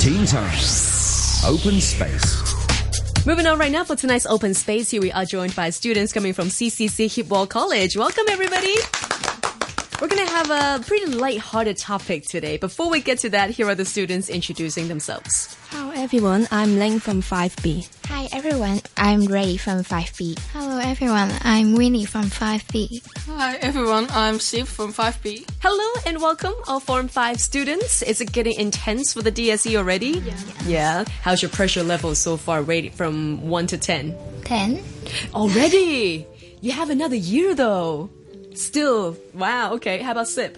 Teen Time. Open Space. Moving on right now for tonight's open space. Here we are joined by students coming from CCC Hipwall College. Welcome everybody. We're going to have a pretty light-hearted topic today. Before we get to that, here are the students introducing themselves. Hello everyone, I'm Ling from 5B. Hi everyone, I'm Ray from 5B. Hello everyone, I'm Winnie from 5B. Hi everyone, I'm Steve from 5B. Hello and welcome, all Form 5 students. Is it getting intense for the DSE already? Yeah. Yeah. How's your pressure level so far, rated from 1 to 10? 10? Already? you have another year though. Still. Wow, okay. How about Sip?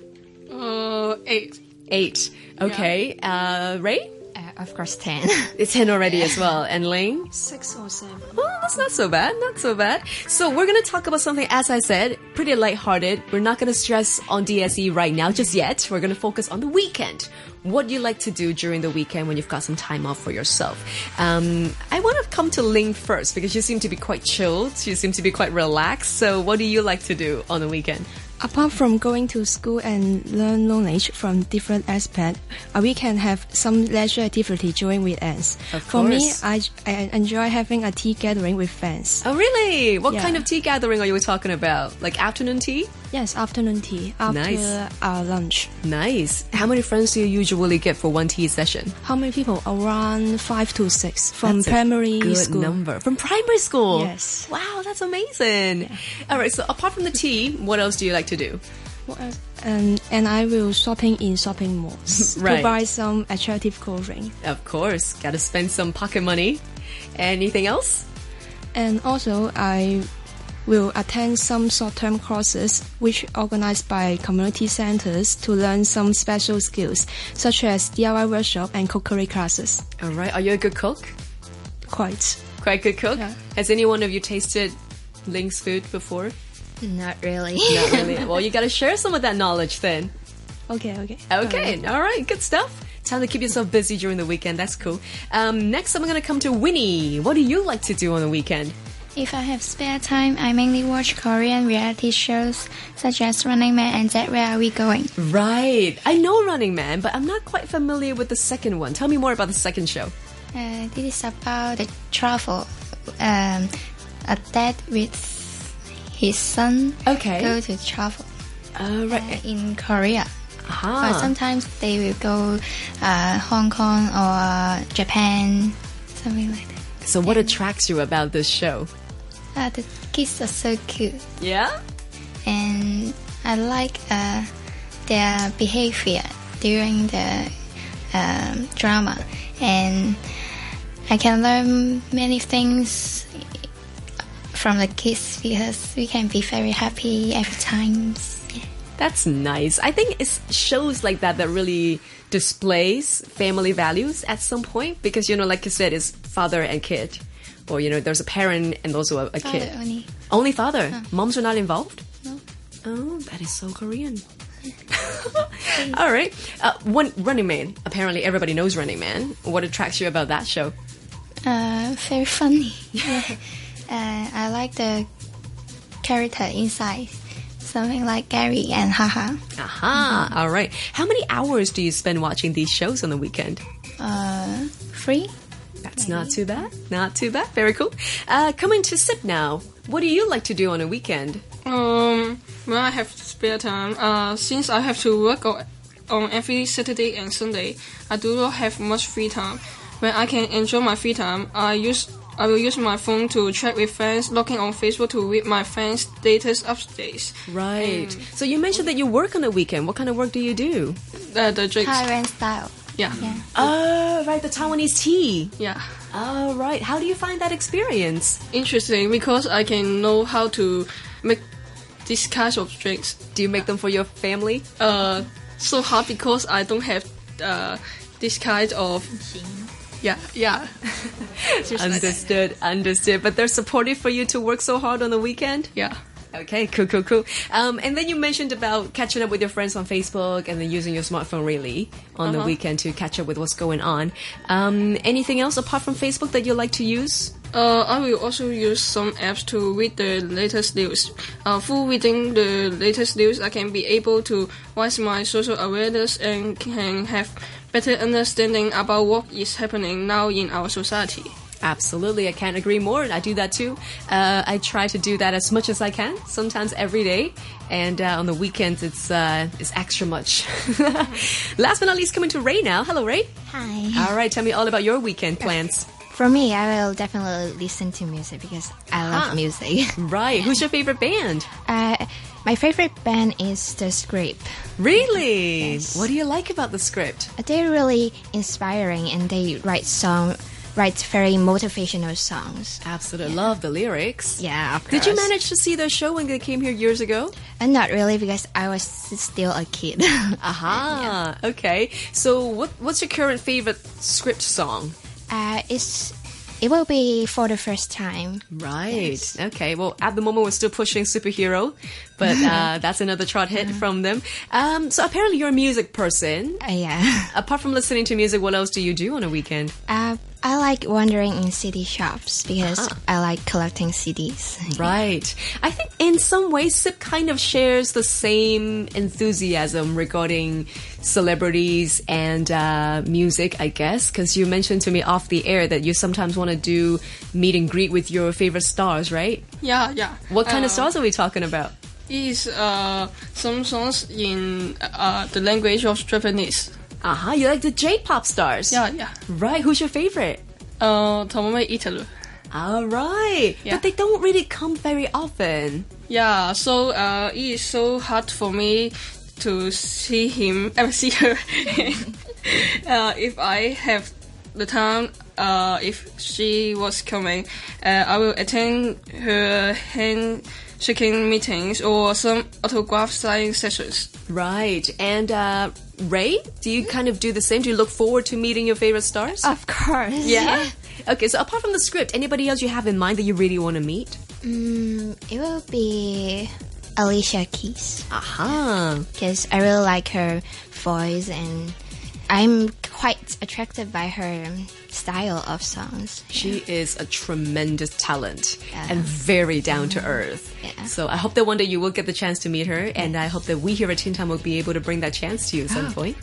Uh, eight. 8. Okay. Uh, Ray? Of course, 10. It's 10 already as well. And Ling? Six or seven. Well, that's not so bad, not so bad. So we're gonna talk about something, as I said, pretty lighthearted. We're not gonna stress on DSE right now just yet. We're gonna focus on the weekend. What you like to do during the weekend when you've got some time off for yourself. Um, I wanna come to Ling first because you seem to be quite chilled. You seem to be quite relaxed. So what do you like to do on the weekend? Apart from going to school and learn knowledge from different aspects, uh, we can have some leisure activity during weekends. Of For me, course. I, I enjoy having a tea gathering with friends. Oh, really? What Yeah. kind of tea gathering are you talking about? Like afternoon tea? Yes, afternoon tea after Nice. our lunch. Nice. How many friends do you usually get for one tea session? How many people? Around five to six from That's a primary good school. number from primary school. Yes. Wow, that's amazing. All right. So apart from the tea, what else do you like to do? What else? And, and I will shopping in shopping malls Right. to buy some attractive clothing. Of course, got to spend some pocket money. Anything else? And also, I will attend some short-term courses which organized by community centers to learn some special skills such as DIY workshop and cookery classes. All right. Are you a good cook? Quite. Quite good cook. Yeah. Has any one of you tasted Ling's food before? Not really. Not really. well, you got to share some of that knowledge then. Okay, okay. Okay, all right, good stuff. Time to keep yourself busy during the weekend. That's cool. Um, next, I'm going to come to Winnie. What do you like to do on the weekend? If I have spare time, I mainly watch Korean reality shows such as Running Man and That Where Are We Going. Mm. Right, I know Running Man, but I'm not quite familiar with the second one. Tell me more about the second show. Uh, this is about the travel. Um, a dad with his son Okay. go to travel All uh, right. in Korea. Ah. But sometimes they will go uh, Hong Kong or Japan, something like that. So, what attracts you about this show? Uh, the kids are so cute, Yeah. and I like uh, their behavior during the um, drama, and I can learn many things from the kids because we can be very happy every time. That's nice. I think it's shows like that that really displays family values at some point because you know, like you said, it's father and kid, or you know, there's a parent and also a, a Father kid. only. Only father. Moms are not involved. No. Oh, that is so Korean. All right. Uh, one Running Man. Apparently, everybody knows Running Man. What attracts you about that show? Uh, very funny. uh, I like the character inside, something like Gary and Haha. Aha. All right. How many hours do you spend watching these shows on the weekend? Uh, free. That's not too bad. Not too bad. Very cool. Uh, coming to Sip now. What do you like to do on a weekend? Um, when I have spare time, uh, since I have to work o- on every Saturday and Sunday, I do not have much free time. When I can enjoy my free time, I use I will use my phone to chat with friends, looking on Facebook to read my friends' latest updates. Right. Um, So you mentioned that you work on the weekend. What kind of work do you do? Uh, the drinks. Taiwan style. Yeah. yeah. Oh, right. The Taiwanese tea. All right. How do you find that experience? Interesting because I can know how to make this kind of drinks. Do you make them for your family? Uh, so hard because I don't have uh, this kind of. Yeah, yeah. Understood, understood. But they're supportive for you to work so hard on the weekend? Yeah. Okay, cool, cool, cool. Um, and then you mentioned about catching up with your friends on Facebook and then using your smartphone really on the weekend to catch up with what's going on. Um, anything else apart from Facebook that you like to use? Uh, I will also use some apps to read the latest news. Uh, through reading the latest news, I can be able to raise my social awareness and can have better understanding about what is happening now in our society. Absolutely, I can't agree more. I do that too. Uh, I try to do that as much as I can, sometimes every day, and uh, on the weekends it's uh, it's extra much. Last but not least, coming to Ray now. Hello, Ray. Hi. All right, tell me all about your weekend plans. For me, I will definitely listen to music because I love Ah. music. Right, who's your favorite band? Uh, my favorite band is The Script. Really? Yes. What do you like about the script? They're really inspiring and they write song, write very motivational songs. Absolutely, love the lyrics. Yeah, of Did you course. manage to see their show when they came here years ago? Uh, not really because I was still a kid. Aha. Okay. So, what what's your current favorite script song? Uh, it's it will be for the first time. Right. Okay. Well, at the moment we're still pushing superhero, but uh, that's another trot hit from them. Um, so apparently you're a music person. Uh, yeah. Apart from listening to music, what else do you do on a weekend? Uh, I like wandering in city shops because I like collecting CDs. Right. I think in some ways Sip kind of shares the same enthusiasm regarding celebrities and uh, music, I guess, because you mentioned to me off the air that you sometimes want to do meet and greet with your favorite stars, right? Yeah, yeah. What kind of Uh, stars are we talking about? Is uh, some songs in uh, the language of Japanese. Aha, you like the J-pop stars. Yeah, yeah. Right, who's your favorite? Uh, Tomome Italy. All right. Yeah. But they don't really come very often. Yeah, so uh, it is so hard for me to see him, uh, see her. uh, if I have the time, uh, if she was coming, uh, I will attend her handshaking meetings or some autograph signing sessions. Right. And uh, Ray, do Hmm? you kind of do the same? Do you look forward to meeting your favorite stars? Of course. yeah. Okay, so apart from the script, anybody else you have in mind that you really want to meet? It will be Alicia Keys Aha. because I really like her voice and I'm quite attracted by her style of songs. She is a tremendous talent Yeah. and very down to earth. Yeah. So I hope that one day you will get the chance to meet her, and I hope that we here at Teen Time will be able to bring that chance to you at some point.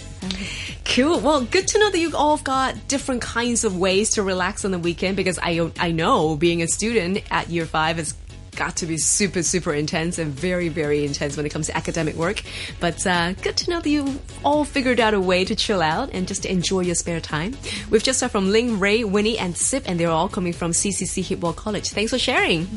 Cool. Well, good to know that you've all got different kinds of ways to relax on the weekend because I I know being a student at year five has got to be super super intense and very very intense when it comes to academic work. But uh, good to know that you've all figured out a way to chill out and just enjoy your spare time. We've just heard from Ling, Ray, Winnie, and Sip, and they're all coming from CCC Hitwell College. Thanks for sharing.